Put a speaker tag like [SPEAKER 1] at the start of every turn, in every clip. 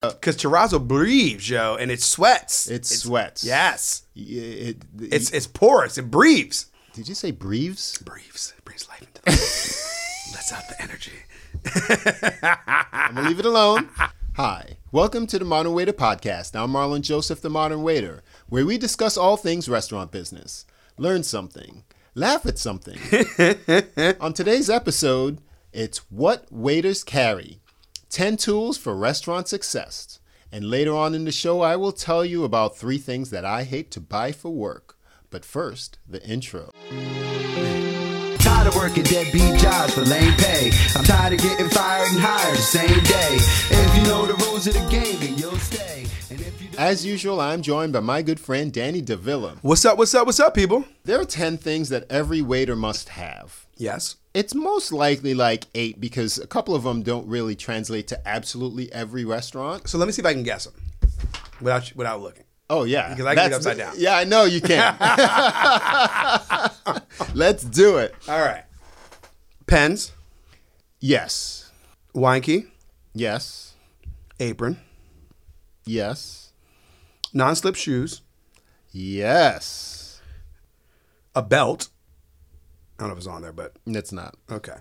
[SPEAKER 1] Because terrazzo breathes, yo, and it sweats.
[SPEAKER 2] It sweats.
[SPEAKER 1] Yes.
[SPEAKER 2] Y- It,
[SPEAKER 1] It's it's porous. It breathes.
[SPEAKER 2] did you say breathes?
[SPEAKER 1] Breathes. It brings life into the Let's out the energy.
[SPEAKER 2] I'm gonna leave it alone. Hi, welcome to the Modern Waiter Podcast. I'm Marlon Joseph, the Modern Waiter, where we discuss all things restaurant business, learn something, laugh at something. On today's episode, it's what waiters carry, ten tools for restaurant success, and later on in the show, I will tell you about three things that I hate to buy for work. But first, the intro.
[SPEAKER 3] Tired of working deadbeat jobs for lame pay. I'm tired of getting fired and hired the same day. If you know the rules of the game, then you'll stay. And if you don't,
[SPEAKER 2] As usual, I'm joined by my good friend Danny DeVilla.
[SPEAKER 1] What's up? What's up? What's up, people?
[SPEAKER 2] There are 10 things that every waiter must have.
[SPEAKER 1] Yes.
[SPEAKER 2] It's most likely like eight because a couple of them don't really translate to absolutely every restaurant.
[SPEAKER 1] So let me see if I can guess them without without looking.
[SPEAKER 2] Oh, yeah.
[SPEAKER 1] Because I can read
[SPEAKER 2] That's-
[SPEAKER 1] upside down.
[SPEAKER 2] Yeah, I know you can. Let's do it.
[SPEAKER 1] All right. Pens,
[SPEAKER 2] Yes.
[SPEAKER 1] wine key,
[SPEAKER 2] Yes.
[SPEAKER 1] apron,
[SPEAKER 2] Yes.
[SPEAKER 1] non-slip shoes,
[SPEAKER 2] Yes.
[SPEAKER 1] a belt. I don't know if it's on there, but
[SPEAKER 2] That's not.
[SPEAKER 1] okay.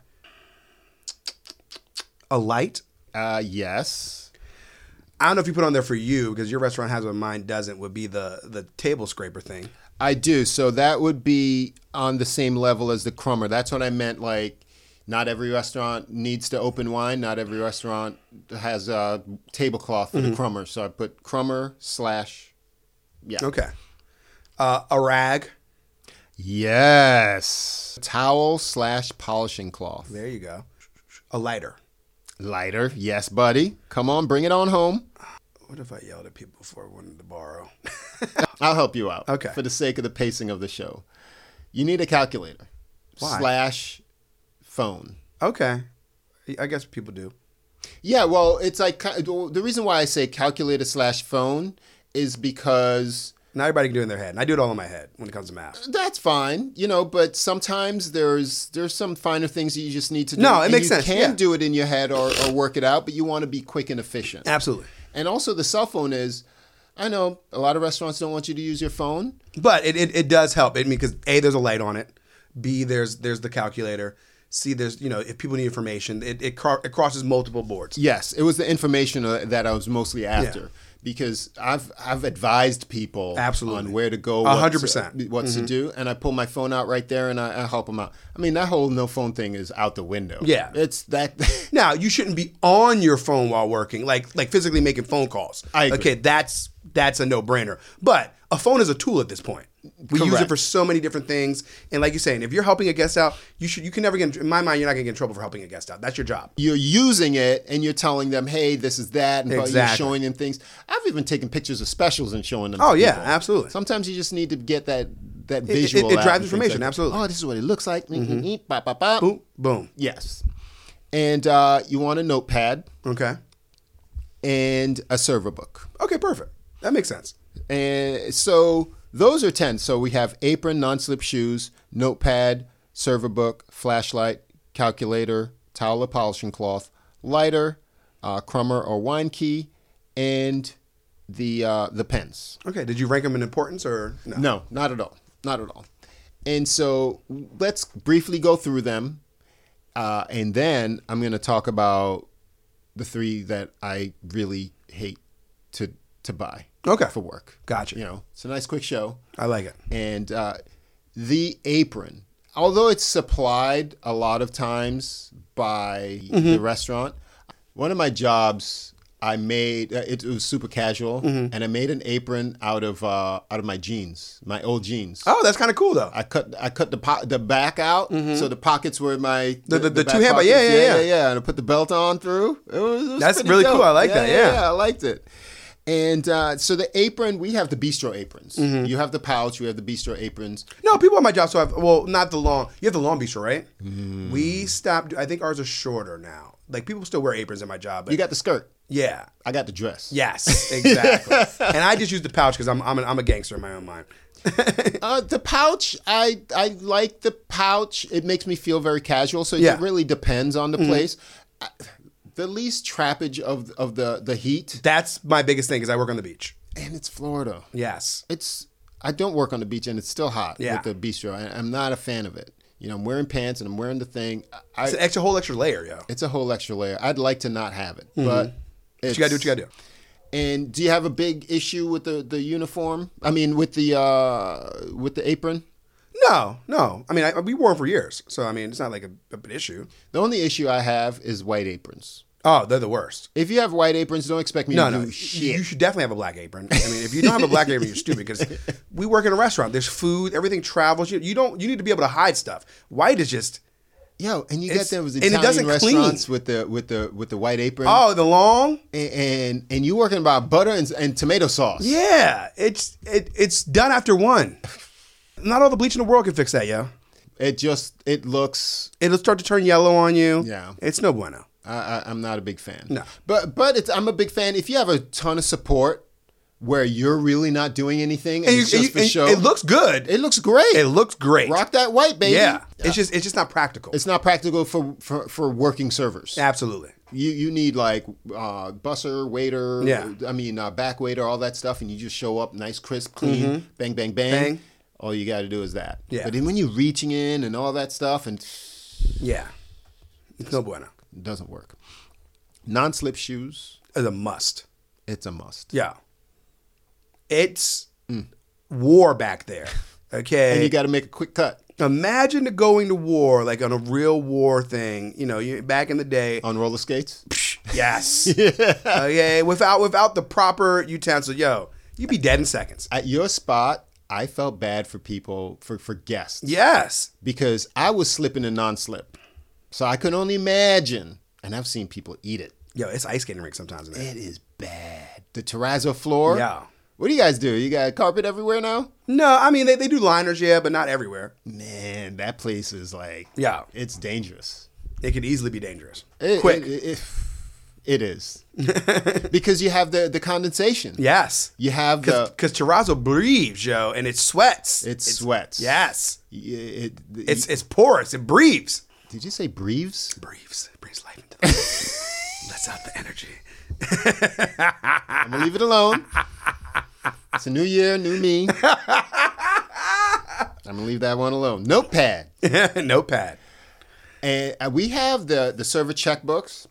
[SPEAKER 1] A light.
[SPEAKER 2] Uh, yes.
[SPEAKER 1] I don't know if you put on there for you because your restaurant has one, mine doesn't. Would be the the table scraper thing.
[SPEAKER 2] I do. So that would be on the same level as the crummer. That's what I meant. Like, not every restaurant needs to open wine. Not every restaurant has a tablecloth for the
[SPEAKER 1] Mm-hmm.
[SPEAKER 2] crummer. So I put crummer slash. Yeah.
[SPEAKER 1] Okay. Uh, a rag.
[SPEAKER 2] Yes. Towel slash polishing cloth.
[SPEAKER 1] There you go. A lighter.
[SPEAKER 2] Lighter. Yes, buddy. Come on, bring it on home.
[SPEAKER 1] What if I yelled at people before I wanted to borrow?
[SPEAKER 2] I'll help you out.
[SPEAKER 1] Okay.
[SPEAKER 2] For the sake of the pacing of the show, you need a calculator
[SPEAKER 1] Why?
[SPEAKER 2] slash phone.
[SPEAKER 1] okay. I guess people do.
[SPEAKER 2] Yeah, well, it's like ki- the reason why I say calculator slash phone is because
[SPEAKER 1] Not everybody can do it in their head. And I do it all in my head when it comes to math.
[SPEAKER 2] that's fine, you know. But sometimes there's there's some finer things that you just need to do.
[SPEAKER 1] No, it
[SPEAKER 2] and
[SPEAKER 1] makes
[SPEAKER 2] you
[SPEAKER 1] sense,
[SPEAKER 2] Can
[SPEAKER 1] yeah.
[SPEAKER 2] do it in your head or, or work it out, but you want to be quick and efficient.
[SPEAKER 1] Absolutely.
[SPEAKER 2] And also, the cell phone is. I know a lot of restaurants don't want you to use your phone.
[SPEAKER 1] But it, it, it does help. I mean, because A, there's a light on it. B, there's there's the calculator. C, there's, you know, if people need information, it, it, cro- it crosses multiple boards.
[SPEAKER 2] Yes, it was the information uh, that I was mostly after because I've I've advised people
[SPEAKER 1] Absolutely.
[SPEAKER 2] on where to go,
[SPEAKER 1] A
[SPEAKER 2] what
[SPEAKER 1] hundred
[SPEAKER 2] to-
[SPEAKER 1] percent. Mm-hmm.
[SPEAKER 2] what to do, and I pull my phone out right there and I, I help them out. I mean, that whole no phone thing is out the window.
[SPEAKER 1] Yeah.
[SPEAKER 2] it's that.
[SPEAKER 1] Now, you shouldn't be on your phone while working, like like physically making phone calls.
[SPEAKER 2] I agree.
[SPEAKER 1] Okay, that's that's a no-brainer. But a phone is a tool at this point. We use it
[SPEAKER 2] Correct.
[SPEAKER 1] for so many different things. And like you're saying, if you're helping a guest out, you should you can never get in, in my mind you're not going to get in trouble for helping a guest out. That's your job.
[SPEAKER 2] you're using it and you're telling them, hey, this is that, and but you're
[SPEAKER 1] Exactly.
[SPEAKER 2] showing them things. I've even taken pictures of specials and showing them. to
[SPEAKER 1] Oh, yeah,
[SPEAKER 2] people.
[SPEAKER 1] absolutely.
[SPEAKER 2] Sometimes you just need to get that that
[SPEAKER 1] it-
[SPEAKER 2] visual.
[SPEAKER 1] it
[SPEAKER 2] out
[SPEAKER 1] drives
[SPEAKER 2] and things
[SPEAKER 1] information,
[SPEAKER 2] that.
[SPEAKER 1] absolutely.
[SPEAKER 2] Oh, this is what it looks like. Mm-hmm. Bop, bop, bop.
[SPEAKER 1] Boom, boom.
[SPEAKER 2] Yes, and uh, you want a notepad
[SPEAKER 1] Okay.
[SPEAKER 2] and a server book,
[SPEAKER 1] Okay, perfect. That makes sense.
[SPEAKER 2] and so those are ten. So we have apron, non-slip shoes, notepad, server book, flashlight, calculator, towel or polishing cloth, lighter, uh, crummer or wine key, and the uh, the pens.
[SPEAKER 1] Okay, did you rank them in importance or no?
[SPEAKER 2] No, not at all. Not at all. And so let's briefly go through them. Uh, and then I'm going to talk about the three that I really hate to to buy.
[SPEAKER 1] Okay.
[SPEAKER 2] For work.
[SPEAKER 1] Gotcha.
[SPEAKER 2] You know, it's a nice quick show.
[SPEAKER 1] I like it.
[SPEAKER 2] And uh, the apron, although it's supplied a lot of times by the restaurant, one of my jobs I made uh, it, it was super casual, and I made an apron out of uh, out of my jeans, my old jeans.
[SPEAKER 1] Oh, that's kind of cool though.
[SPEAKER 2] I cut I cut the po- the back out, so the pockets were my
[SPEAKER 1] Mm-hmm. The- the- the
[SPEAKER 2] back
[SPEAKER 1] two-hand-
[SPEAKER 2] pockets.
[SPEAKER 1] yeah, yeah,
[SPEAKER 2] yeah,
[SPEAKER 1] yeah.
[SPEAKER 2] and I put the belt on through. It was, it was
[SPEAKER 1] That's
[SPEAKER 2] pretty
[SPEAKER 1] really
[SPEAKER 2] dope.
[SPEAKER 1] cool. I like that, yeah.
[SPEAKER 2] I liked it. And uh, so the apron, we have the bistro aprons.
[SPEAKER 1] Mm-hmm.
[SPEAKER 2] You have the pouch, we have the bistro aprons.
[SPEAKER 1] No, people at my job still have. Well, not the long. You have the long beach, right?
[SPEAKER 2] Mm.
[SPEAKER 1] We stopped. I think ours are shorter now. Like people still wear aprons at my job. But
[SPEAKER 2] You got the skirt.
[SPEAKER 1] yeah,
[SPEAKER 2] I got the dress.
[SPEAKER 1] yes, exactly. and I just use the pouch because I'm I'm, an, I'm a gangster in my own mind.
[SPEAKER 2] Uh, the pouch, I I like the pouch. It makes me feel very casual. So
[SPEAKER 1] Yeah. Mm-hmm.
[SPEAKER 2] it really depends on the place. I, the least trappage of of the the heat,
[SPEAKER 1] That's my biggest thing because I work on the beach.
[SPEAKER 2] and it's Florida.
[SPEAKER 1] Yes.
[SPEAKER 2] it's I don't work on the beach and it's still hot
[SPEAKER 1] Yeah.
[SPEAKER 2] with the bistro. I, I'm not a fan of it. You know, I'm wearing pants and I'm wearing the thing. I,
[SPEAKER 1] It's an extra whole extra layer, yo.
[SPEAKER 2] it's a whole extra layer. I'd like to not have it, but
[SPEAKER 1] But you gotta do Mm-hmm. what you gotta do.
[SPEAKER 2] And do you have a big issue with the the uniform? I mean, with the uh with the apron.
[SPEAKER 1] No, no. I mean, I, we wore them for years, so I mean, it's not like a, a big issue.
[SPEAKER 2] The only issue I have is white aprons.
[SPEAKER 1] Oh, they're the worst.
[SPEAKER 2] If you have white aprons, don't expect me
[SPEAKER 1] No,
[SPEAKER 2] to
[SPEAKER 1] no.
[SPEAKER 2] do shit.
[SPEAKER 1] You should definitely have a black apron. I mean, if you don't have a black apron, you're stupid because we work in a restaurant. There's food, everything travels. You, you don't. You need to be able to hide stuff. White is just
[SPEAKER 2] Yo, and you
[SPEAKER 1] It's-
[SPEAKER 2] get those
[SPEAKER 1] and it
[SPEAKER 2] Italian
[SPEAKER 1] doesn't clean.
[SPEAKER 2] restaurants with the with the with the white apron.
[SPEAKER 1] oh the long.
[SPEAKER 2] and and, and you working about butter and, and tomato sauce.
[SPEAKER 1] Yeah, it's it, it's done after one. Not all the bleach in the world can fix that, yo.
[SPEAKER 2] It just it looks.
[SPEAKER 1] It'll start to turn yellow on you.
[SPEAKER 2] Yeah.
[SPEAKER 1] it's no bueno.
[SPEAKER 2] I, I, I'm not a big fan.
[SPEAKER 1] No.
[SPEAKER 2] but but it's, I'm a big fan. If you have a ton of support, where you're really not doing anything, and,
[SPEAKER 1] you-
[SPEAKER 2] it's just
[SPEAKER 1] you-
[SPEAKER 2] for
[SPEAKER 1] and
[SPEAKER 2] show.
[SPEAKER 1] It looks good.
[SPEAKER 2] It looks great.
[SPEAKER 1] It looks great.
[SPEAKER 2] Rock that white baby.
[SPEAKER 1] Yeah, it's just it's just not practical.
[SPEAKER 2] It's not practical for for, for working servers.
[SPEAKER 1] Absolutely.
[SPEAKER 2] You you need like uh, busser, waiter.
[SPEAKER 1] Yeah.
[SPEAKER 2] I mean uh, back waiter, all that stuff, and you just show up nice, crisp, clean, bang, bang, bang.
[SPEAKER 1] Mm-hmm. Bang.
[SPEAKER 2] All you got to do is that.
[SPEAKER 1] Yeah.
[SPEAKER 2] But then when you're reaching in and all that stuff, and
[SPEAKER 1] Yeah, it's no bueno.
[SPEAKER 2] it doesn't work. Non-slip shoes.
[SPEAKER 1] It's a must.
[SPEAKER 2] It's a must.
[SPEAKER 1] Yeah, it's war back there. Okay,
[SPEAKER 2] Mm. And you got to make a quick cut
[SPEAKER 1] imagine the going to war like on a real war thing. You know, you back in the day.
[SPEAKER 2] on roller skates.
[SPEAKER 1] Yes. Okay. Without without the proper utensil, yo, you'd be dead in seconds.
[SPEAKER 2] At your spot, I felt bad for people for for guests
[SPEAKER 1] Yes.
[SPEAKER 2] because I was slipping and non-slip, so I could only imagine. And I've seen people eat it.
[SPEAKER 1] Yo, it's ice skating rink sometimes. Man.
[SPEAKER 2] It is bad. The terrazzo floor.
[SPEAKER 1] Yeah.
[SPEAKER 2] What do you guys do? You got carpet everywhere now?
[SPEAKER 1] No, I mean they, they do liners, yeah, but not everywhere.
[SPEAKER 2] Man, that place is like
[SPEAKER 1] Yeah.
[SPEAKER 2] it's dangerous.
[SPEAKER 1] It could easily be dangerous.
[SPEAKER 2] It,
[SPEAKER 1] Quick.
[SPEAKER 2] it, it- it is because you have the the condensation.
[SPEAKER 1] yes.
[SPEAKER 2] You have the
[SPEAKER 1] Because terrazzo breathes, yo, and it sweats.
[SPEAKER 2] It sweats.
[SPEAKER 1] Yes.
[SPEAKER 2] Y- It,
[SPEAKER 1] It's it's porous. It breathes.
[SPEAKER 2] did you say breathes?
[SPEAKER 1] Breathes. It brings life into the Let's out the energy.
[SPEAKER 2] I'm gonna leave it alone. It's a new year, new me. I'm gonna leave that one alone. Notepad,
[SPEAKER 1] Notepad.
[SPEAKER 2] and uh, we have the the server checkbooks.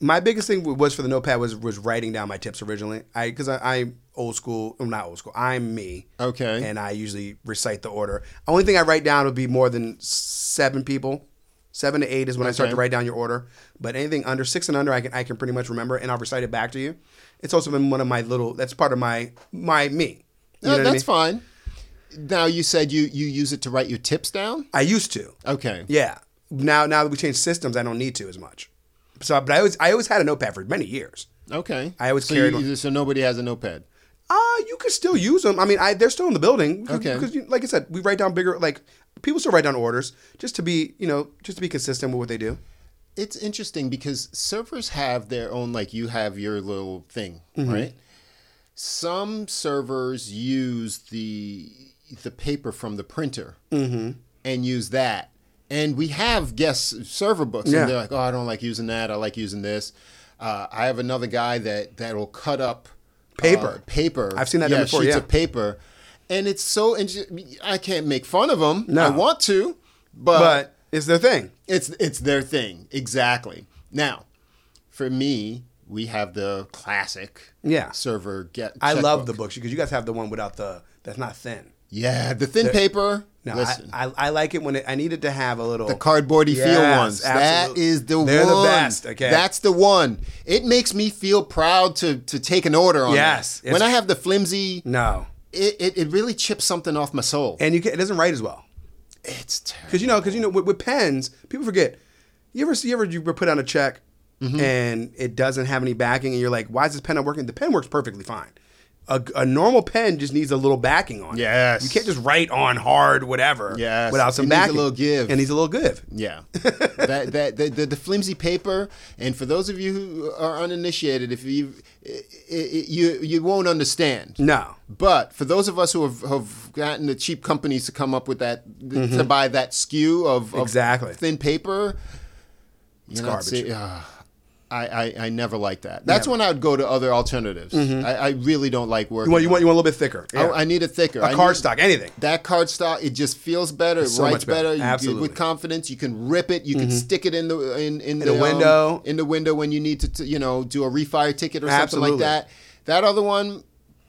[SPEAKER 1] my biggest thing was for the notepad was was writing down my tips originally. I because I, I'm old school. I'm not old school. I'm me.
[SPEAKER 2] Okay.
[SPEAKER 1] And I usually recite the order. Only thing I write down would be more than seven people. Seven to eight is when I start
[SPEAKER 2] Okay.
[SPEAKER 1] to write down your order. But anything under six and under, I can I can pretty much remember, and I'll recite it back to you. It's also been one of my little. That's part of my my me. You
[SPEAKER 2] Uh,
[SPEAKER 1] know what I
[SPEAKER 2] that's
[SPEAKER 1] mean?
[SPEAKER 2] fine. Now you said you you use it to write your tips down.
[SPEAKER 1] I used to.
[SPEAKER 2] Okay.
[SPEAKER 1] Yeah. Now now that we changed systems, I don't need to as much. So, but I always I always had a notepad for many years.
[SPEAKER 2] Okay.
[SPEAKER 1] I always
[SPEAKER 2] so
[SPEAKER 1] carried
[SPEAKER 2] you-
[SPEAKER 1] one.
[SPEAKER 2] So nobody has a notepad.
[SPEAKER 1] Uh, you could still use them. I mean, I they're still in the building.
[SPEAKER 2] Okay.
[SPEAKER 1] Because, like I said, we write down bigger. Like people still write down orders just to be, you know, just to be consistent with what they do.
[SPEAKER 2] It's interesting because servers have their own, like you have your little thing,
[SPEAKER 1] Mm-hmm.
[SPEAKER 2] right? Some servers use the the paper from the printer
[SPEAKER 1] Mm-hmm.
[SPEAKER 2] and use that, and we have guest server books,
[SPEAKER 1] Yeah.
[SPEAKER 2] and they're like, "Oh, I don't like using that. I like using this." Uh, I have another guy that that'll cut up uh,
[SPEAKER 1] Paper.
[SPEAKER 2] paper.
[SPEAKER 1] I've seen that done before,
[SPEAKER 2] Sheets
[SPEAKER 1] yeah.
[SPEAKER 2] of paper, and it's so. interesting. I can't make fun of them.
[SPEAKER 1] No.
[SPEAKER 2] I want to,
[SPEAKER 1] But it's their thing.
[SPEAKER 2] it's it's their thing exactly. Now, for me, we have the classic
[SPEAKER 1] Yeah.
[SPEAKER 2] server get.
[SPEAKER 1] I love
[SPEAKER 2] checkbook.
[SPEAKER 1] the books because you guys have the one without the that's not thin.
[SPEAKER 2] Yeah, the thin paper.
[SPEAKER 1] No, I,
[SPEAKER 2] Listen,
[SPEAKER 1] I I like it when it, I needed to have a little
[SPEAKER 2] the cardboardy feel
[SPEAKER 1] Yes,
[SPEAKER 2] ones. That
[SPEAKER 1] absolutely.
[SPEAKER 2] is the
[SPEAKER 1] They're
[SPEAKER 2] one.
[SPEAKER 1] the best. Okay,
[SPEAKER 2] That's the one. It makes me feel proud to to take an order on
[SPEAKER 1] Yes,
[SPEAKER 2] that. When I
[SPEAKER 1] it's-
[SPEAKER 2] have the flimsy,
[SPEAKER 1] no,
[SPEAKER 2] it, it, it really chips something off my soul.
[SPEAKER 1] and you can, it doesn't write as well
[SPEAKER 2] it's terrible.
[SPEAKER 1] because you know because you know with, with pens people forget. You ever see you ever you ever put on a check
[SPEAKER 2] Mm-hmm.
[SPEAKER 1] and it doesn't have any backing and you're like why is this pen not working? The pen works perfectly fine. A, a normal pen just needs a little backing on it.
[SPEAKER 2] Yes.
[SPEAKER 1] You can't just write on hard whatever
[SPEAKER 2] Yes.
[SPEAKER 1] without some
[SPEAKER 2] It needs a
[SPEAKER 1] backing.
[SPEAKER 2] little give.
[SPEAKER 1] And needs a little give.
[SPEAKER 2] Yeah, that that the, the, the flimsy paper, and for those of you who are uninitiated, if you it, it, you you won't understand.
[SPEAKER 1] No.
[SPEAKER 2] But for those of us who have, have gotten the cheap companies to come up with that to buy that skew of, of
[SPEAKER 1] Mm-hmm. Exactly.
[SPEAKER 2] thin paper, it's ah,
[SPEAKER 1] garbage.
[SPEAKER 2] I, I, I never like that. That's when I would go to other alternatives. I, I really don't like working.
[SPEAKER 1] You want Mm-hmm. you want you want a little bit thicker. Yeah.
[SPEAKER 2] Oh, I, I need it thicker. I
[SPEAKER 1] a
[SPEAKER 2] need-
[SPEAKER 1] cardstock, anything.
[SPEAKER 2] That cardstock, it just feels better. It
[SPEAKER 1] so
[SPEAKER 2] writes
[SPEAKER 1] much better.
[SPEAKER 2] better. You- You,
[SPEAKER 1] Absolutely. Mm-hmm.
[SPEAKER 2] with confidence, you can rip it. You can stick it in the in, in, the,
[SPEAKER 1] the
[SPEAKER 2] um,
[SPEAKER 1] window.
[SPEAKER 2] in the window when you need to, t you know do a refire ticket or
[SPEAKER 1] Absolutely.
[SPEAKER 2] something like that. That other one,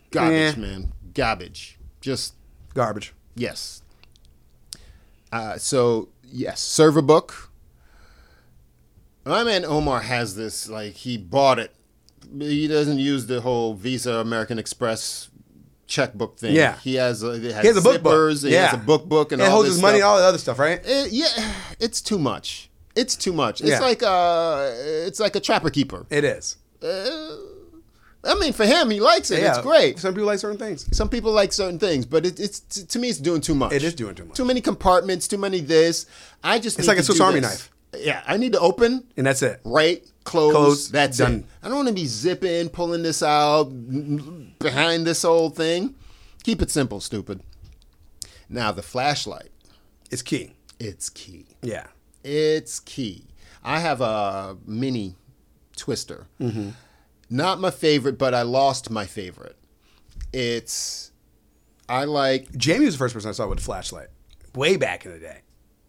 [SPEAKER 2] garbage,
[SPEAKER 1] Eh.
[SPEAKER 2] man, garbage. Just
[SPEAKER 1] Garbage.
[SPEAKER 2] yes. Uh, so yes, server book. My man Omar has this. Like he bought it. He doesn't use the whole Visa, American Express checkbook thing.
[SPEAKER 1] Yeah.
[SPEAKER 2] he has. A, it has
[SPEAKER 1] He has a book book.
[SPEAKER 2] zippers, He has a book book, and
[SPEAKER 1] it
[SPEAKER 2] all
[SPEAKER 1] holds
[SPEAKER 2] this
[SPEAKER 1] his money and
[SPEAKER 2] stuff.
[SPEAKER 1] all the other stuff, right?
[SPEAKER 2] It- yeah, it's too much. It's too much. It's
[SPEAKER 1] Yeah.
[SPEAKER 2] like uh, it's like a trapper keeper.
[SPEAKER 1] It is.
[SPEAKER 2] I mean, for him, he likes it. It's great.
[SPEAKER 1] Some people like certain things.
[SPEAKER 2] Some people like certain things, but it, it's t- to me, it's doing too much.
[SPEAKER 1] It is doing too much.
[SPEAKER 2] Too many compartments. Too many this. I just
[SPEAKER 1] It's
[SPEAKER 2] need
[SPEAKER 1] like a
[SPEAKER 2] to
[SPEAKER 1] Swiss
[SPEAKER 2] do
[SPEAKER 1] Army
[SPEAKER 2] this.
[SPEAKER 1] knife.
[SPEAKER 2] Yeah, I need to open,
[SPEAKER 1] And that's it.
[SPEAKER 2] right, close.
[SPEAKER 1] Close,
[SPEAKER 2] that's
[SPEAKER 1] done.
[SPEAKER 2] it. I don't want to be zipping, pulling this out n- behind this whole thing. Keep it simple, stupid. Now the flashlight,
[SPEAKER 1] It's key.
[SPEAKER 2] it's key.
[SPEAKER 1] Yeah.
[SPEAKER 2] It's key. I have a mini twister.
[SPEAKER 1] Mm-hmm.
[SPEAKER 2] Not my favorite, but I lost my favorite. It's I like
[SPEAKER 1] Jamie was the first person I saw with a flashlight. Way back in the day.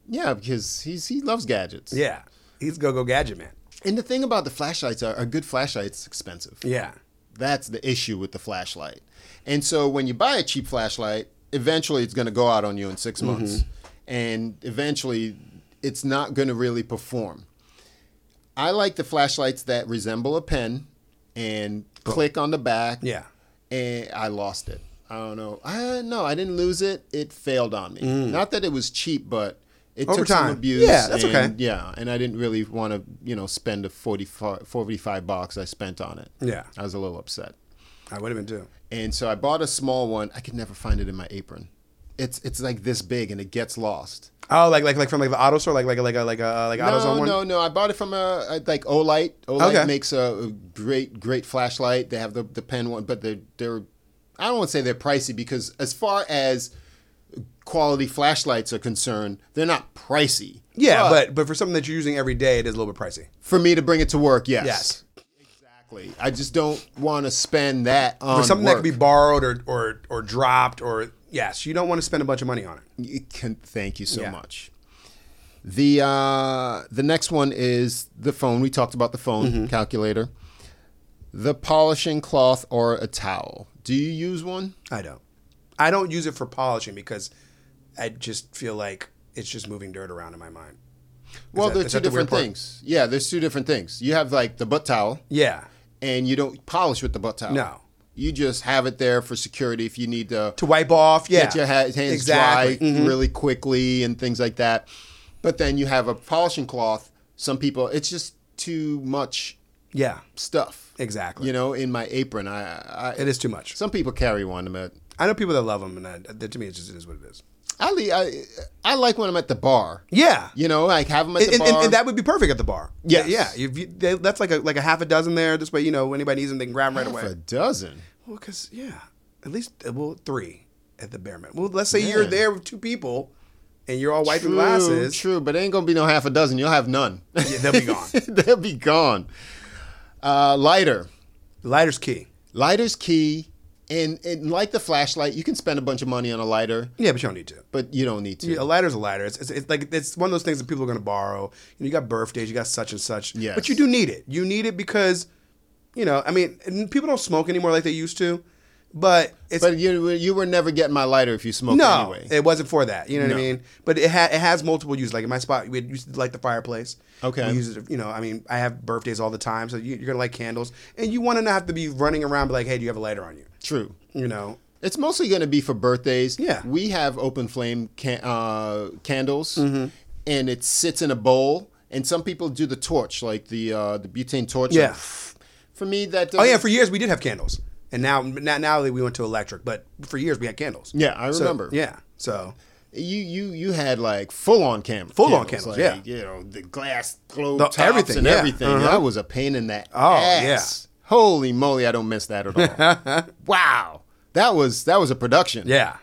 [SPEAKER 2] yeah because he's he loves gadgets.
[SPEAKER 1] Yeah. He's go go gadget man.
[SPEAKER 2] And the thing about the flashlights are a good flashlight's expensive.
[SPEAKER 1] Yeah.
[SPEAKER 2] That's the issue with the flashlight. And so when you buy a cheap flashlight, eventually it's going to go out on you in 6
[SPEAKER 1] Mm-hmm.
[SPEAKER 2] months. And eventually it's not going to really perform. I like the flashlights that resemble a pen and click on the back.
[SPEAKER 1] Yeah.
[SPEAKER 2] And I lost it. I don't know. I no, I didn't lose it. It failed on me. Not that it was cheap, but it
[SPEAKER 1] Mm. Over
[SPEAKER 2] took some
[SPEAKER 1] time.
[SPEAKER 2] abuse.
[SPEAKER 1] Yeah, that's
[SPEAKER 2] and-
[SPEAKER 1] okay.
[SPEAKER 2] yeah, and I didn't really want to, you know, spend the 45, 45 bucks I spent on it.
[SPEAKER 1] Yeah.
[SPEAKER 2] I was a little upset.
[SPEAKER 1] I would have been too.
[SPEAKER 2] And so I bought a small one. I could never find it in my apron. It's it's like this big and it gets lost.
[SPEAKER 1] Oh, like like like from like the auto store, like like like a like a like AutoZone
[SPEAKER 2] no,
[SPEAKER 1] one.
[SPEAKER 2] no, no. I bought it from a, a- like Olight. Olight
[SPEAKER 1] Okay.
[SPEAKER 2] makes a, a great great flashlight. They have the, the pen one, but they're they're I don't want to say they're pricey because as far as quality flashlights are concerned, they're not pricey.
[SPEAKER 1] Yeah, but but for something that you're using every day, it is a little bit pricey.
[SPEAKER 2] for me to bring it to work, yes.
[SPEAKER 1] Yes.
[SPEAKER 2] Exactly. I just don't want to spend that on
[SPEAKER 1] For something that
[SPEAKER 2] work.
[SPEAKER 1] could be borrowed or or or dropped or yes, you don't want to spend a bunch of money on it.
[SPEAKER 2] You can, thank you so
[SPEAKER 1] Yeah.
[SPEAKER 2] much. The uh, the next one is the phone. We talked about the phone
[SPEAKER 1] Mm-hmm.
[SPEAKER 2] calculator. The polishing cloth or a towel. Do you use one?
[SPEAKER 1] I don't. I don't use it for polishing because I just feel like it's just moving dirt around in my mind.
[SPEAKER 2] Well,
[SPEAKER 1] that-
[SPEAKER 2] there are
[SPEAKER 1] is
[SPEAKER 2] two
[SPEAKER 1] that the weird
[SPEAKER 2] different
[SPEAKER 1] part?
[SPEAKER 2] things. Yeah, there's two different things. You have like the butt towel,
[SPEAKER 1] Yeah.
[SPEAKER 2] and you don't polish with the butt towel.
[SPEAKER 1] No.
[SPEAKER 2] you just have it there for security if you need to
[SPEAKER 1] To wipe off, yeah. Mm. Mm-hmm.
[SPEAKER 2] get your ha- hands dry really quickly and things like that. But then you have a polishing cloth. Some people, it's just too much
[SPEAKER 1] Yeah.
[SPEAKER 2] stuff.
[SPEAKER 1] Exactly.
[SPEAKER 2] You know, in my apron, I, I
[SPEAKER 1] It is too much.
[SPEAKER 2] Some people carry one, but
[SPEAKER 1] I know people that love them, and I, that to me, it just it is what it is.
[SPEAKER 2] I le- I I like when I'm at the bar.
[SPEAKER 1] Yeah.
[SPEAKER 2] You know, like have them at
[SPEAKER 1] And,
[SPEAKER 2] the
[SPEAKER 1] and,
[SPEAKER 2] bar.
[SPEAKER 1] and, and that would be perfect at the bar.
[SPEAKER 2] Yes.
[SPEAKER 1] Yeah. If you, they, that's like a like a half a dozen there. This way, you know, anybody needs them, they can grab them right
[SPEAKER 2] half
[SPEAKER 1] away.
[SPEAKER 2] a dozen.
[SPEAKER 1] Well, because yeah, at least uh, well three at the bare minimum. Well, let's say you're
[SPEAKER 2] Yeah.
[SPEAKER 1] there with two people, and you're all wiping
[SPEAKER 2] True,
[SPEAKER 1] glasses.
[SPEAKER 2] true, but it ain't gonna be no half a dozen. You'll have none.
[SPEAKER 1] Yeah, they'll be gone.
[SPEAKER 2] They'll be gone. Uh, lighter.
[SPEAKER 1] Lighter's key.
[SPEAKER 2] Lighter's key, and, and like the flashlight, you can spend a bunch of money on a lighter,
[SPEAKER 1] Yeah, but you don't need to.
[SPEAKER 2] but you don't need to.
[SPEAKER 1] Yeah, a lighter's a lighter. It's, it's, it's like it's one of those things that people are going to borrow. You, know, you got birthdays, you got such and such.
[SPEAKER 2] Yes.
[SPEAKER 1] But you do need it. You need it because You know, I mean, and people don't smoke anymore like they used to, but it's
[SPEAKER 2] But you were- you were never getting my lighter if you smoked
[SPEAKER 1] no,
[SPEAKER 2] anyway.
[SPEAKER 1] it wasn't for that. You know what I
[SPEAKER 2] No.
[SPEAKER 1] mean? But it ha- it has multiple uses. Like in my spot, we used to light the fireplace.
[SPEAKER 2] Okay.
[SPEAKER 1] We use it. You know, I mean, I have birthdays all the time, so you, you're gonna light candles, and you want to not have to be running around like, hey, do you have a lighter on you?
[SPEAKER 2] True.
[SPEAKER 1] You know.
[SPEAKER 2] It's mostly going to be for birthdays.
[SPEAKER 1] Yeah.
[SPEAKER 2] We have open flame can- uh, candles,
[SPEAKER 1] Mm-hmm.
[SPEAKER 2] and it sits in a bowl. And some people do the torch, like the uh, the butane torch.
[SPEAKER 1] Yeah.
[SPEAKER 2] For me, that
[SPEAKER 1] Oh
[SPEAKER 2] doesn't-
[SPEAKER 1] yeah, for years we did have candles, and now now, now that we went to electric, but for years we had candles.
[SPEAKER 2] Yeah, I
[SPEAKER 1] So,
[SPEAKER 2] remember.
[SPEAKER 1] yeah, so
[SPEAKER 2] you you you had like full on cam,
[SPEAKER 1] Full-on candles,
[SPEAKER 2] like,
[SPEAKER 1] yeah.
[SPEAKER 2] You know the glass glow
[SPEAKER 1] The-
[SPEAKER 2] tops
[SPEAKER 1] everything,
[SPEAKER 2] and
[SPEAKER 1] yeah.
[SPEAKER 2] everything.
[SPEAKER 1] Uh-huh.
[SPEAKER 2] That was a pain in the
[SPEAKER 1] Oh,
[SPEAKER 2] ass. Holy moly, I don't miss that at all. wow, that was that was a production.
[SPEAKER 1] yeah,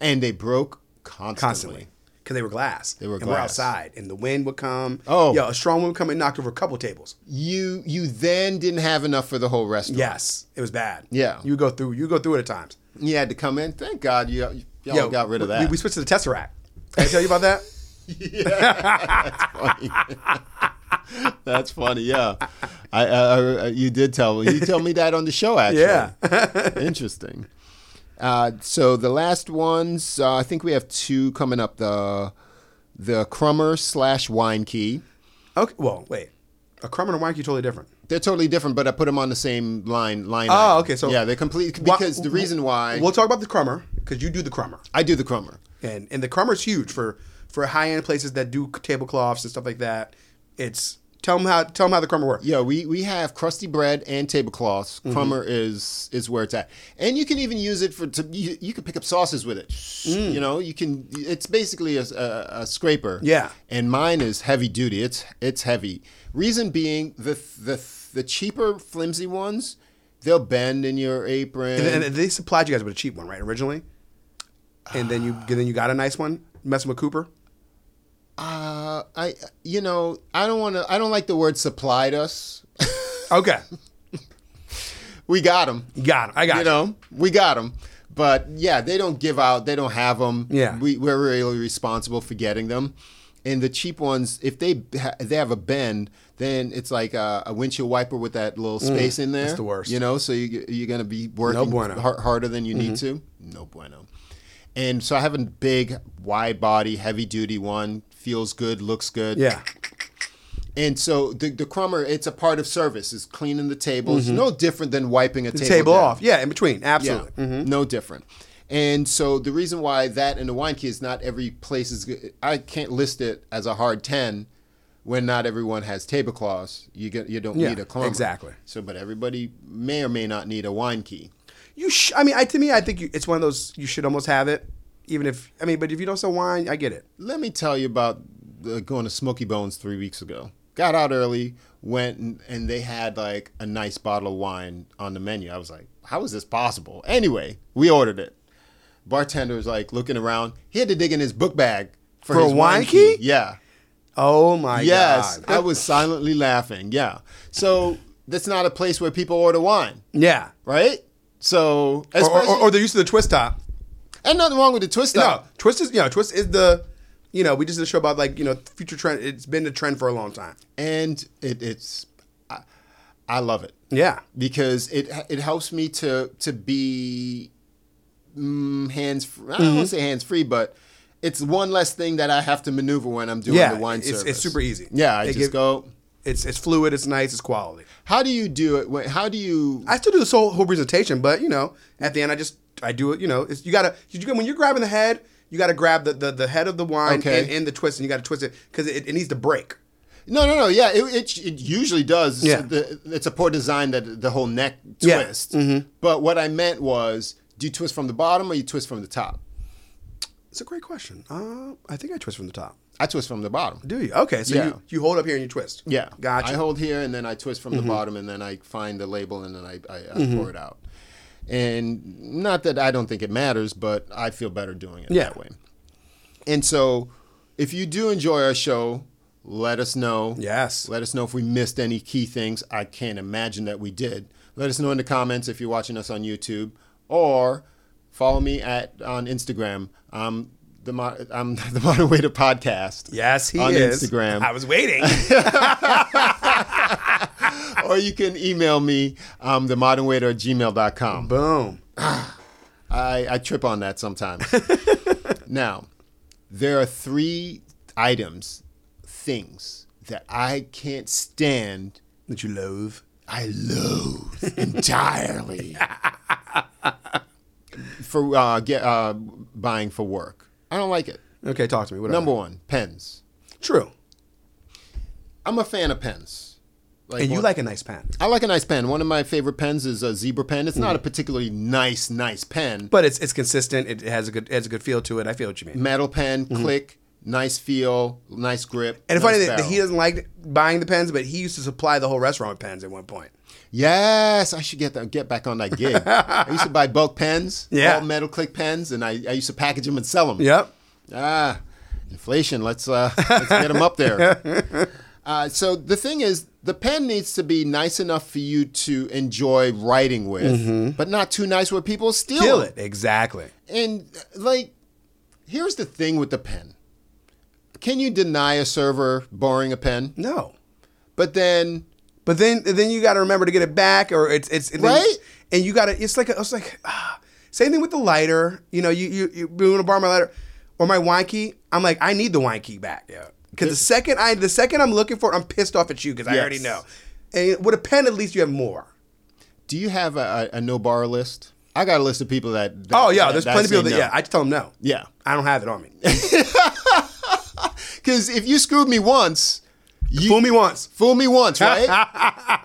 [SPEAKER 2] and they broke constantly.
[SPEAKER 1] constantly because they were glass. They
[SPEAKER 2] were
[SPEAKER 1] And we're
[SPEAKER 2] glass.
[SPEAKER 1] outside, and the wind would come.
[SPEAKER 2] Oh.
[SPEAKER 1] yeah, a strong wind would come and knock over a couple tables.
[SPEAKER 2] You you then didn't have enough for the whole restaurant.
[SPEAKER 1] Yes, it was bad.
[SPEAKER 2] Yeah.
[SPEAKER 1] you go through. You go through it at times.
[SPEAKER 2] you had to come in. Thank God you y'all
[SPEAKER 1] Yo,
[SPEAKER 2] got rid of
[SPEAKER 1] we-
[SPEAKER 2] that.
[SPEAKER 1] We, switched to the Tesseract. Can I tell you about that?
[SPEAKER 2] That's funny. Yeah, I, I, I you did tell you tell me that on the show actually.
[SPEAKER 1] Yeah.
[SPEAKER 2] interesting. Uh, so the last ones, uh, I think we have two coming up. The the crummer slash wine key.
[SPEAKER 1] Okay. Well, wait. A crumb and a wanky totally different.
[SPEAKER 2] They're totally different, but I put them on the same line. Line.
[SPEAKER 1] Oh,
[SPEAKER 2] item.
[SPEAKER 1] okay. So
[SPEAKER 2] yeah, they're complete
[SPEAKER 1] Wha-
[SPEAKER 2] because the reason why
[SPEAKER 1] we'll talk about the crummer because you do the crummer.
[SPEAKER 2] I do the crummer.
[SPEAKER 1] and and the crummer's huge for for high end places that do tablecloths and stuff like that. It's tell them how tell them how the crummer works.
[SPEAKER 2] Yeah, we, we have crusty bread and tablecloths.
[SPEAKER 1] Mm-hmm.
[SPEAKER 2] Crummer is is where it's at, and you can even use it for to, you, you can pick up sauces with it.
[SPEAKER 1] Mm.
[SPEAKER 2] You know, you can. It's basically a, a, a scraper.
[SPEAKER 1] Yeah.
[SPEAKER 2] and mine is heavy duty. It's it's heavy. Reason being, the the the cheaper flimsy ones, they'll bend in your apron.
[SPEAKER 1] And, and they supplied you guys with a cheap one, right? Originally, and then you then you got a nice one messing with Cooper.
[SPEAKER 2] uh, I you know I don't want to. I don't like the word supplied us.
[SPEAKER 1] Okay,
[SPEAKER 2] we got them.
[SPEAKER 1] you got him. I got
[SPEAKER 2] you
[SPEAKER 1] you.
[SPEAKER 2] know, we got them. But yeah, they don't give out. They don't have them.
[SPEAKER 1] Yeah.
[SPEAKER 2] we, we're really responsible for getting them. And the cheap ones, if they ha- they have a bend, then it's like a, a windshield wiper with that little space in there.
[SPEAKER 1] Mm, the worst.
[SPEAKER 2] You know, so you, you're going to be working
[SPEAKER 1] bueno. Mm-hmm.
[SPEAKER 2] har- harder than you need to. No bueno. And so I have a big, wide body, heavy duty one. Feels good, looks good.
[SPEAKER 1] Yeah,
[SPEAKER 2] And so the, the crummer, it's a part of service. It's cleaning the tables. No different than wiping a
[SPEAKER 1] Mm-hmm. the
[SPEAKER 2] table,
[SPEAKER 1] table
[SPEAKER 2] down.
[SPEAKER 1] off. Yeah, in between,
[SPEAKER 2] Yeah, Mm-hmm.
[SPEAKER 1] absolutely.
[SPEAKER 2] no different. And so the reason why that and the wine key is not every place is. good- I can't list it as a hard ten when not everyone has tablecloths. You get you don't
[SPEAKER 1] Yeah,
[SPEAKER 2] need a clumber.
[SPEAKER 1] exactly.
[SPEAKER 2] So, but everybody may or may not need a wine key.
[SPEAKER 1] Mm. You, sh- I mean, I to me, I think you, it's one of those you should almost have it, even if I mean, but if you don't sell wine, I get it.
[SPEAKER 2] Let me tell you about uh, going to Smoky Bones three weeks ago. Got out early, went and, and they had like a nice bottle of wine on the menu. I was like, how is this possible? Anyway, we ordered it. Bartender was like looking around. He had to dig in his book bag for,
[SPEAKER 1] For a
[SPEAKER 2] his
[SPEAKER 1] wine key?
[SPEAKER 2] Yeah.
[SPEAKER 1] Oh my
[SPEAKER 2] yes.
[SPEAKER 1] god!
[SPEAKER 2] I was silently laughing. Yeah. So that's not a place where people order wine,
[SPEAKER 1] yeah.
[SPEAKER 2] right? So,
[SPEAKER 1] Or, or,
[SPEAKER 2] especially-
[SPEAKER 1] or they're used to the twist top.
[SPEAKER 2] and nothing wrong with the twist
[SPEAKER 1] No,
[SPEAKER 2] up.
[SPEAKER 1] twist is you know twist is the you know we just did a show about like you know future trend. It's been the trend for a long time.
[SPEAKER 2] And it, it's, I, I love it.
[SPEAKER 1] Yeah,
[SPEAKER 2] because it it helps me to to be mm, hands. I don't
[SPEAKER 1] Mm-hmm.
[SPEAKER 2] want to say hands free, but it's one less thing that I have to maneuver when I'm doing
[SPEAKER 1] yeah.
[SPEAKER 2] the wine
[SPEAKER 1] it's,
[SPEAKER 2] service.
[SPEAKER 1] it's super easy.
[SPEAKER 2] Yeah, I
[SPEAKER 1] They
[SPEAKER 2] just
[SPEAKER 1] give-
[SPEAKER 2] go.
[SPEAKER 1] It's it's fluid. It's nice. It's quality.
[SPEAKER 2] How do you do it? When, how do you?
[SPEAKER 1] I still do this whole whole presentation, but you know at the end I just I do it. You know it's, you gotta you, gotta- when you're grabbing the head, you gotta grab the the, the head of the wine
[SPEAKER 2] Okay.
[SPEAKER 1] and, and the twist, and you gotta twist it because it, it needs to break.
[SPEAKER 2] no, no, no. Yeah, it it, it usually does.
[SPEAKER 1] Yeah.
[SPEAKER 2] the, it's a poor design that the whole neck
[SPEAKER 1] Yeah. Mm-hmm.
[SPEAKER 2] twist. But what I meant was, do you twist from the bottom or you twist from the top?
[SPEAKER 1] It's a great question. Uh, I think I twist from the top.
[SPEAKER 2] I twist from the bottom.
[SPEAKER 1] Do you? Okay, so
[SPEAKER 2] Yeah.
[SPEAKER 1] you, you hold up here and you twist.
[SPEAKER 2] Yeah.
[SPEAKER 1] gotcha. Mm-hmm.
[SPEAKER 2] I hold here and then I twist from the bottom and then I find the label and then I, I, I pour it out. And not that I don't think it matters, but I feel better doing it
[SPEAKER 1] Yeah.
[SPEAKER 2] that way. And so if you do enjoy our show, let us know.
[SPEAKER 1] Yes.
[SPEAKER 2] Let us know if we missed any key things. I can't imagine that we did. Let us know in the comments if you're watching us on YouTube or follow me at on Instagram. I'm the Mo- I'm the Modern Waiter podcast.
[SPEAKER 1] yes, he
[SPEAKER 2] on
[SPEAKER 1] is
[SPEAKER 2] Instagram
[SPEAKER 1] I was waiting.
[SPEAKER 2] or you can email me, um, themodernwaiter at gmail.com.
[SPEAKER 1] Boom.
[SPEAKER 2] I, I trip on that sometimes. now, there are three items, things that I can't stand.
[SPEAKER 1] That you loathe.
[SPEAKER 2] I loathe entirely for uh, get uh, buying for work. I don't like it.
[SPEAKER 1] Okay, talk to me. Whatever.
[SPEAKER 2] Number one, pens.
[SPEAKER 1] True.
[SPEAKER 2] I'm a fan of pens. Like
[SPEAKER 1] And you
[SPEAKER 2] one-
[SPEAKER 1] like a nice pen,
[SPEAKER 2] I like a nice pen. One of my favorite pens is a zebra pen. It's not a particularly nice, nice pen.
[SPEAKER 1] but it's it's consistent. It has a good it has a good feel to it. I feel what you mean.
[SPEAKER 2] metal pen, click, nice feel, nice grip.
[SPEAKER 1] Mm-hmm. And
[SPEAKER 2] nice
[SPEAKER 1] funny that, that
[SPEAKER 2] barrel.
[SPEAKER 1] he doesn't like buying the pens, but he used to supply the whole restaurant with pens at one point.
[SPEAKER 2] Yes, I should get that, get back on that gig. I used to buy bulk pens,
[SPEAKER 1] Yeah.
[SPEAKER 2] all metal click pens, and I, I used to package them and sell them.
[SPEAKER 1] Yep.
[SPEAKER 2] Ah, inflation. Let's uh, let's get them up there. Uh, so the thing is, the pen needs to be nice enough for you to enjoy writing with, but not too nice where people steal,
[SPEAKER 1] Kill
[SPEAKER 2] it.
[SPEAKER 1] Mm-hmm. it. Exactly.
[SPEAKER 2] And uh, like, here's the thing with the pen: can you deny a server borrowing a pen?
[SPEAKER 1] No.
[SPEAKER 2] But then
[SPEAKER 1] But then then you got to remember to get it back, or it's it's and then-
[SPEAKER 2] Right?
[SPEAKER 1] and you got to. It's like a, it's like ah. same thing with the lighter. You know, you you, you want to borrow my lighter or my wine key. I'm like, I need the wine key back. Yeah. Because the second I the second I'm looking for it, I'm pissed off at you because I
[SPEAKER 2] Yes.
[SPEAKER 1] already know. And with a pen, at least you have more.
[SPEAKER 2] Do you have a, a, a no borrow list? I got a list of people that. that
[SPEAKER 1] Oh yeah,
[SPEAKER 2] that-
[SPEAKER 1] there's plenty of
[SPEAKER 2] say
[SPEAKER 1] people that
[SPEAKER 2] no.
[SPEAKER 1] yeah. I just tell them no.
[SPEAKER 2] Yeah.
[SPEAKER 1] I don't have it on me.
[SPEAKER 2] Because if you screwed me once, you
[SPEAKER 1] Fool me once.
[SPEAKER 2] fool me once, right?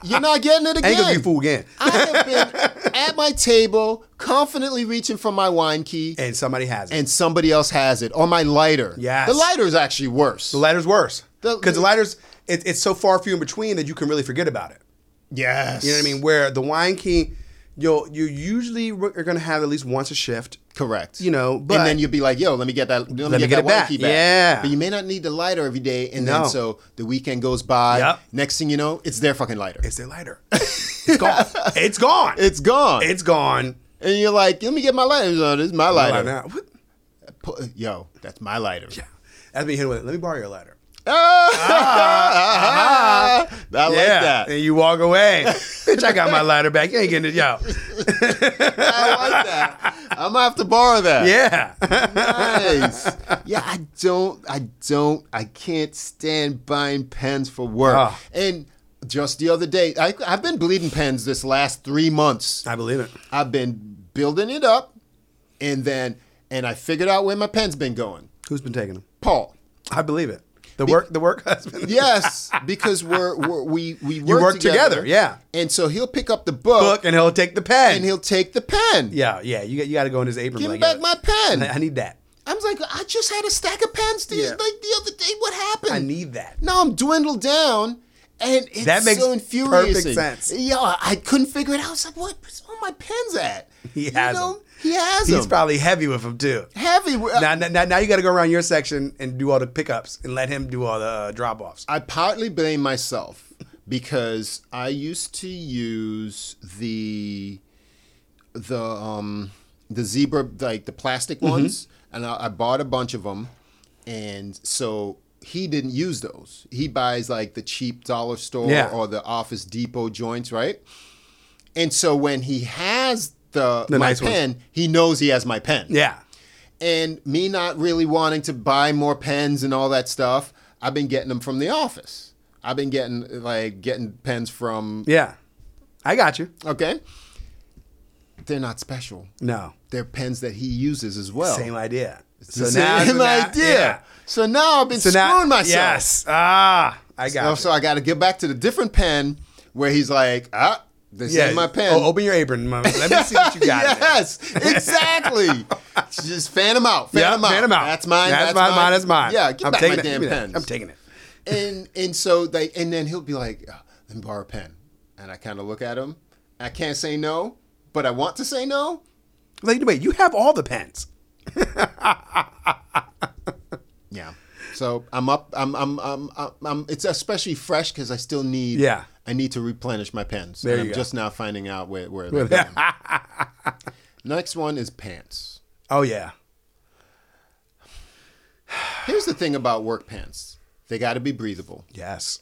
[SPEAKER 2] You're not getting it
[SPEAKER 1] I ain't
[SPEAKER 2] again.
[SPEAKER 1] gonna be fooled again.
[SPEAKER 2] I have been at my table, confidently reaching for my wine key, and,
[SPEAKER 1] And somebody has it.
[SPEAKER 2] somebody else has it, or my lighter.
[SPEAKER 1] Yes.
[SPEAKER 2] the lighter is actually worse.
[SPEAKER 1] the lighter's worse
[SPEAKER 2] The-
[SPEAKER 1] because the lighter's it, it's so far few in between that you can really forget about it.
[SPEAKER 2] yes,
[SPEAKER 1] You know what I mean? Where the wine key, you'll you usually re- are gonna have at least once a shift.
[SPEAKER 2] Correct.
[SPEAKER 1] You know, but-
[SPEAKER 2] and then you'd be like, "Yo, let me get that. Let me,
[SPEAKER 1] me
[SPEAKER 2] get,
[SPEAKER 1] get
[SPEAKER 2] that
[SPEAKER 1] it
[SPEAKER 2] wine
[SPEAKER 1] back.
[SPEAKER 2] key back."
[SPEAKER 1] Yeah.
[SPEAKER 2] But you may not need the lighter every day, and
[SPEAKER 1] No.
[SPEAKER 2] then so the weekend goes by.
[SPEAKER 1] Yep.
[SPEAKER 2] Next thing you know, it's their fucking lighter.
[SPEAKER 1] It's their lighter. It's gone. it's gone.
[SPEAKER 2] It's gone.
[SPEAKER 1] it's gone.
[SPEAKER 2] and you're like, let me get my lighter. Oh, this is my lighter.
[SPEAKER 1] Like now, what?
[SPEAKER 2] Pu- Yo, that's my lighter.
[SPEAKER 1] That's me hitting with it. Let me borrow your lighter.
[SPEAKER 2] Ah, I like that.
[SPEAKER 1] And you walk away. Bitch, I got my lighter back. You ain't getting it. Yo.
[SPEAKER 2] I like that. I'm gonna have to borrow that.
[SPEAKER 1] Yeah.
[SPEAKER 2] Nice. Yeah, I don't, I don't, I can't stand buying pens for work.
[SPEAKER 1] Ah.
[SPEAKER 2] And just the other day, I, I've been bleeding pens this last three months.
[SPEAKER 1] I believe it.
[SPEAKER 2] I've been building it up, and then, and I figured out where my pen's been going.
[SPEAKER 1] Who's been taking them?
[SPEAKER 2] Paul.
[SPEAKER 1] I believe it. The work the work husband.
[SPEAKER 2] Yes, because we're, we're we we work,
[SPEAKER 1] work together, yeah.
[SPEAKER 2] And so he'll pick up the
[SPEAKER 1] Book
[SPEAKER 2] book,
[SPEAKER 1] and he'll take the pen.
[SPEAKER 2] and he'll take the pen.
[SPEAKER 1] Yeah, yeah. You got you gotta go in his apron.
[SPEAKER 2] Give me
[SPEAKER 1] like,
[SPEAKER 2] back
[SPEAKER 1] yo,
[SPEAKER 2] my pen.
[SPEAKER 1] I need that.
[SPEAKER 2] I was like, I just had a stack of pens the,
[SPEAKER 1] Yeah.
[SPEAKER 2] like the other day. What happened?
[SPEAKER 1] I need that.
[SPEAKER 2] Now I'm dwindled down, and it's
[SPEAKER 1] That makes
[SPEAKER 2] so
[SPEAKER 1] perfect
[SPEAKER 2] infuriating.
[SPEAKER 1] sense.
[SPEAKER 2] Yeah, I couldn't figure it out. I was like, what? Where's all my pens at?
[SPEAKER 1] He
[SPEAKER 2] You
[SPEAKER 1] has
[SPEAKER 2] know,
[SPEAKER 1] them.
[SPEAKER 2] He has
[SPEAKER 1] He's
[SPEAKER 2] them.
[SPEAKER 1] probably heavy with them too.
[SPEAKER 2] heavy.
[SPEAKER 1] now, now, now you got to go around your section and do all the pickups and let him do all the uh, drop offs.
[SPEAKER 2] I partly blame myself because I used to use the the um the zebra like the plastic
[SPEAKER 1] Mm-hmm.
[SPEAKER 2] ones, and I, I bought a bunch of them, and so he didn't use those. He buys like the cheap dollar store
[SPEAKER 1] Yeah.
[SPEAKER 2] or the Office Depot joints, right? And so when he has the,
[SPEAKER 1] The
[SPEAKER 2] my
[SPEAKER 1] nice ones.
[SPEAKER 2] pen, he knows he has my pen
[SPEAKER 1] Yeah.
[SPEAKER 2] and me not really wanting to buy more pens and all that stuff, I've been getting them from the office. I've been getting like getting pens from
[SPEAKER 1] Yeah. I got you.
[SPEAKER 2] okay. They're not special.
[SPEAKER 1] No.
[SPEAKER 2] They're pens that he uses as well.
[SPEAKER 1] Same idea.
[SPEAKER 2] So now, same idea.
[SPEAKER 1] yeah.
[SPEAKER 2] So now I've been
[SPEAKER 1] So now,
[SPEAKER 2] screwing myself.
[SPEAKER 1] Yes. Ah, I got
[SPEAKER 2] So,
[SPEAKER 1] you.
[SPEAKER 2] so I got to get back to the different pen where he's like, ah, this
[SPEAKER 1] yeah.
[SPEAKER 2] ain't my pen.
[SPEAKER 1] Oh, open your apron. mama. Let me see what you got. in there.
[SPEAKER 2] yes, exactly. Just fan them out. Fan
[SPEAKER 1] Yeah,
[SPEAKER 2] them out.
[SPEAKER 1] fan 'em out.
[SPEAKER 2] That's mine.
[SPEAKER 1] That's, mine. Mine is mine.
[SPEAKER 2] Yeah, give
[SPEAKER 1] I'm
[SPEAKER 2] back
[SPEAKER 1] taking
[SPEAKER 2] my
[SPEAKER 1] it. Give
[SPEAKER 2] damn
[SPEAKER 1] me that.
[SPEAKER 2] pens.
[SPEAKER 1] I'm taking it.
[SPEAKER 2] and and so like and then he'll be like "Ah, let me borrow a pen and i kind of look at him i can't say no but i want to say no
[SPEAKER 1] Like, wait, you have all the pens.
[SPEAKER 2] yeah so i'm up i'm i'm i'm, I'm, I'm it's especially fresh because i still need
[SPEAKER 1] Yeah.
[SPEAKER 2] i need to replenish my pens
[SPEAKER 1] There
[SPEAKER 2] and i'm
[SPEAKER 1] you go.
[SPEAKER 2] just now finding out where where they're going. next one is pants
[SPEAKER 1] Oh, yeah.
[SPEAKER 2] here's the thing about work pants they got to be breathable
[SPEAKER 1] Yes.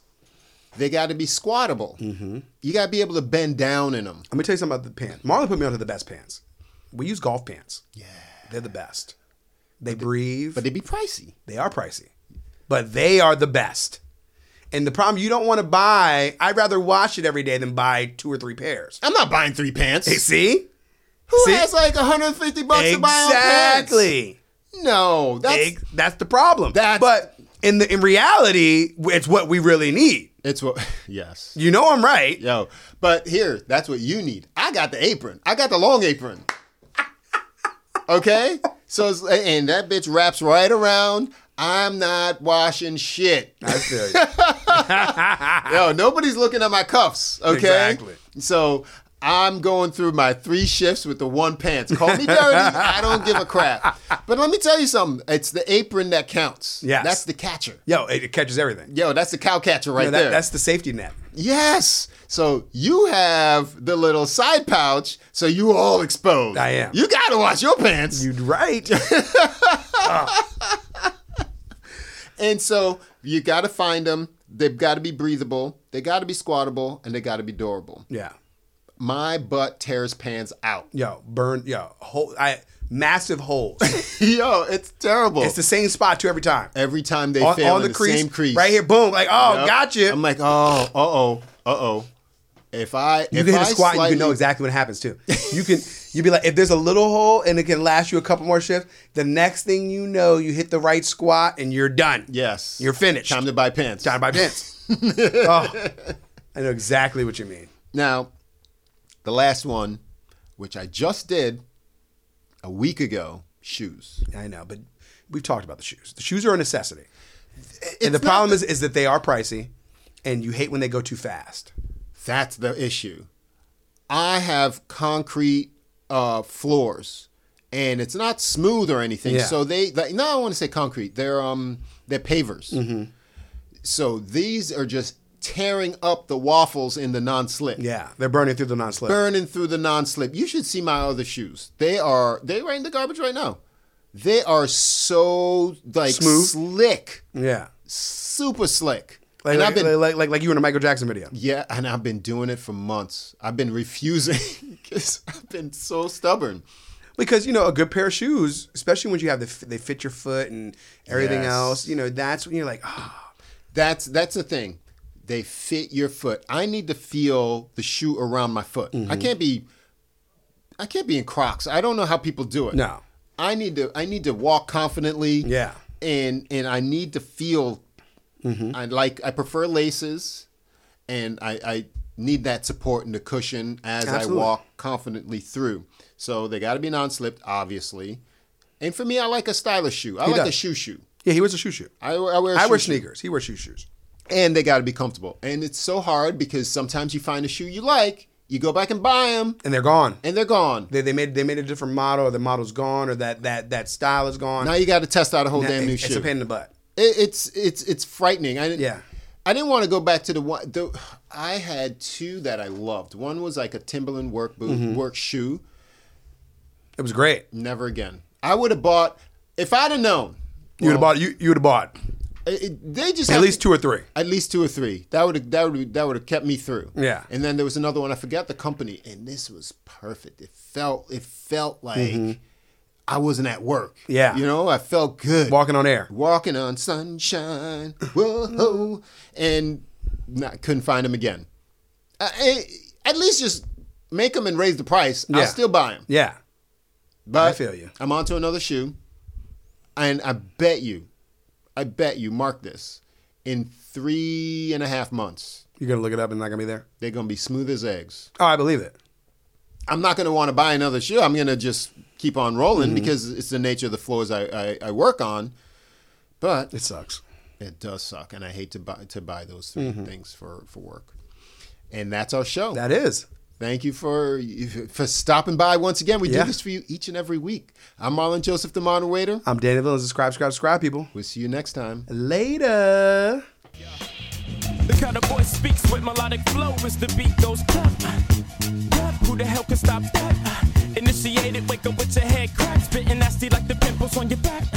[SPEAKER 2] They got to be squattable.
[SPEAKER 1] Mm-hmm.
[SPEAKER 2] You got to be able to bend down in them.
[SPEAKER 1] Let me tell you something about the pants. Marlon put me onto the best pants. We use golf pants. Yeah. They're the best. They breathe.
[SPEAKER 2] But they be pricey.
[SPEAKER 1] They are pricey, but they are the best. And the problem, you don't want to buy, I'd rather wash it every day than buy two or three pairs.
[SPEAKER 2] I'm not buying three pants.
[SPEAKER 1] Hey, see?
[SPEAKER 2] Who
[SPEAKER 1] see?
[SPEAKER 2] has like 150 bucks to buy on pants?
[SPEAKER 1] Exactly.
[SPEAKER 2] No, that's
[SPEAKER 1] Ex- That's, the problem.
[SPEAKER 2] That's-
[SPEAKER 1] but in the in reality, it's what we really need.
[SPEAKER 2] it's what. Yes.
[SPEAKER 1] You know I'm right.
[SPEAKER 2] Yo, but here, that's what you need. I got the apron. I got the long apron. Okay? So, it's, and that bitch wraps right around. I'm not washing shit.
[SPEAKER 1] I feel you.
[SPEAKER 2] Yo, nobody's looking at my cuffs, okay?
[SPEAKER 1] Exactly.
[SPEAKER 2] So I'm going through my three shifts with the one pants. Call me dirty, I don't give a crap. But let me tell you something. It's the apron that counts.
[SPEAKER 1] Yes.
[SPEAKER 2] That's the catcher.
[SPEAKER 1] Yo, it it catches everything.
[SPEAKER 2] Yo, that's the cow catcher right
[SPEAKER 1] You know, that-
[SPEAKER 2] there.
[SPEAKER 1] That's the safety net.
[SPEAKER 2] yes. So you have the little side pouch, so you all exposed.
[SPEAKER 1] I am.
[SPEAKER 2] You gotta wash your pants.
[SPEAKER 1] You're right.
[SPEAKER 2] and so you gotta find them. They've gotta be breathable, they gotta be squattable, and they gotta be durable.
[SPEAKER 1] yeah.
[SPEAKER 2] My butt tears pants out.
[SPEAKER 1] Yo, burn. Yo, hole. I massive holes.
[SPEAKER 2] Yo, it's terrible.
[SPEAKER 1] it's the same spot two every time.
[SPEAKER 2] Every time they
[SPEAKER 1] on,
[SPEAKER 2] fail
[SPEAKER 1] on
[SPEAKER 2] in
[SPEAKER 1] the,
[SPEAKER 2] the,
[SPEAKER 1] crease,
[SPEAKER 2] same crease,
[SPEAKER 1] right here. Boom. Like, oh, gotcha.
[SPEAKER 2] I'm like, oh, uh oh, uh oh. If I
[SPEAKER 1] you
[SPEAKER 2] if
[SPEAKER 1] can
[SPEAKER 2] I
[SPEAKER 1] hit a squat,
[SPEAKER 2] slightly,
[SPEAKER 1] you can know exactly what happens too. You can you be like, if there's a little hole and it can last you a couple more shifts, the next thing you know, you hit the right squat and you're done.
[SPEAKER 2] Yes,
[SPEAKER 1] you're finished.
[SPEAKER 2] Time to buy pants.
[SPEAKER 1] Time to buy pants. oh, I know exactly what you mean.
[SPEAKER 2] now, the last one, which I just did a week ago, shoes.
[SPEAKER 1] I know, but we've talked about the shoes. The shoes are a necessity, and the
[SPEAKER 2] not
[SPEAKER 1] problem is is that they are pricey, and you hate when they go too fast.
[SPEAKER 2] That's the issue. I have concrete uh, floors, and it's not smooth or anything.
[SPEAKER 1] Yeah.
[SPEAKER 2] So they like, no, I want to say concrete. They're um they're pavers.
[SPEAKER 1] Mm-hmm.
[SPEAKER 2] So these are just tearing up the waffles in the non-slip.
[SPEAKER 1] Yeah, they're burning through the non-slip.
[SPEAKER 2] burning through the non-slip. You should see my other shoes. They are they right in the garbage right now. They are so like
[SPEAKER 1] Smooth?
[SPEAKER 2] slick,
[SPEAKER 1] Yeah,
[SPEAKER 2] super slick.
[SPEAKER 1] like
[SPEAKER 2] and
[SPEAKER 1] like,
[SPEAKER 2] I've been
[SPEAKER 1] like, like like you in a Michael Jackson video.
[SPEAKER 2] yeah, and I've been doing it for months. I've been refusing because I've been so stubborn.
[SPEAKER 1] because you know a good pair of shoes, especially when you have the they fit your foot and everything
[SPEAKER 2] Yes.
[SPEAKER 1] else. You know that's when you're like, ah,
[SPEAKER 2] That's that's the thing. They fit your foot. I need to feel the shoe around my foot. I
[SPEAKER 1] Mm-hmm.
[SPEAKER 2] can't be I can't be in Crocs. I don't know how people do it.
[SPEAKER 1] No.
[SPEAKER 2] I need to I need to walk confidently.
[SPEAKER 1] Yeah.
[SPEAKER 2] And and I need to feel
[SPEAKER 1] Mm-hmm.
[SPEAKER 2] I like I prefer laces and I, I need that support and the cushion as
[SPEAKER 1] Absolutely.
[SPEAKER 2] I walk confidently through. So they gotta be non slipped, obviously. And for me I like a stylish shoe. I like
[SPEAKER 1] does.
[SPEAKER 2] a shoe shoe.
[SPEAKER 1] yeah, he wears a shoe shoe.
[SPEAKER 2] I, I wear a
[SPEAKER 1] I
[SPEAKER 2] shoe
[SPEAKER 1] wear
[SPEAKER 2] shoe
[SPEAKER 1] sneakers. He wears shoe shoes.
[SPEAKER 2] and they got to be comfortable. And it's so hard because sometimes you find a shoe you like, you go back and buy them,
[SPEAKER 1] and they're gone.
[SPEAKER 2] and they're gone.
[SPEAKER 1] They, they made they made a different model, or the model's gone, or that that that style is gone.
[SPEAKER 2] Now you got to test out a whole
[SPEAKER 1] And
[SPEAKER 2] damn
[SPEAKER 1] it-
[SPEAKER 2] new
[SPEAKER 1] it's
[SPEAKER 2] shoe.
[SPEAKER 1] a pain in the butt.
[SPEAKER 2] It, it's it's it's frightening. I didn't,
[SPEAKER 1] Yeah.
[SPEAKER 2] I didn't want to go back to the one. The, I had two that I loved. One was like a Timberland work boot,
[SPEAKER 1] Mm-hmm.
[SPEAKER 2] work shoe.
[SPEAKER 1] It was great.
[SPEAKER 2] Never again. I would have bought if I'd have known.
[SPEAKER 1] you would have bought. You you would have bought
[SPEAKER 2] It, it- they just
[SPEAKER 1] at
[SPEAKER 2] have
[SPEAKER 1] least
[SPEAKER 2] to-
[SPEAKER 1] two or three.
[SPEAKER 2] At least two or three. That would that would that would have kept me through.
[SPEAKER 1] Yeah.
[SPEAKER 2] And then there was another one. I forgot the company, and this was perfect. It felt it felt like I wasn't at work.
[SPEAKER 1] Mm-hmm. Yeah.
[SPEAKER 2] You know, I felt good
[SPEAKER 1] Walking on air.
[SPEAKER 2] walking on sunshine. Whoa, and not, couldn't find them again. I, I- at least just make them and raise the price.
[SPEAKER 1] Yeah.
[SPEAKER 2] I'll still buy them.
[SPEAKER 1] Yeah,
[SPEAKER 2] But
[SPEAKER 1] I feel you.
[SPEAKER 2] I'm onto another shoe, and I bet you, I bet you, mark this, in three and a half months
[SPEAKER 1] you're gonna look it up and not gonna be there.
[SPEAKER 2] they're gonna be smooth as eggs.
[SPEAKER 1] Oh, I believe it.
[SPEAKER 2] I'm not gonna want to buy another shoe. I'm gonna just keep on
[SPEAKER 1] Mm-hmm.
[SPEAKER 2] rolling because it's the nature of the floors I, I, I work on. But
[SPEAKER 1] It sucks.
[SPEAKER 2] it does suck, and I hate to buy to buy those 3 things for for work. And that's our show.
[SPEAKER 1] Mm-hmm. That is.
[SPEAKER 2] Thank you for for stopping by once again. We
[SPEAKER 1] Yeah.
[SPEAKER 2] do this for you each and every week. I'm Marlon Joseph, the moderator.
[SPEAKER 1] I'm Danny Villain. Subscribe, subscribe, subscribe, people.
[SPEAKER 2] We'll see you next time.
[SPEAKER 1] Later.
[SPEAKER 4] The kind of voice speaks with melodic flow as the beat goes clap, clap. Who the hell can stop that? Initiated, wake up with your head cracked, spitting nasty like the pimples on your back.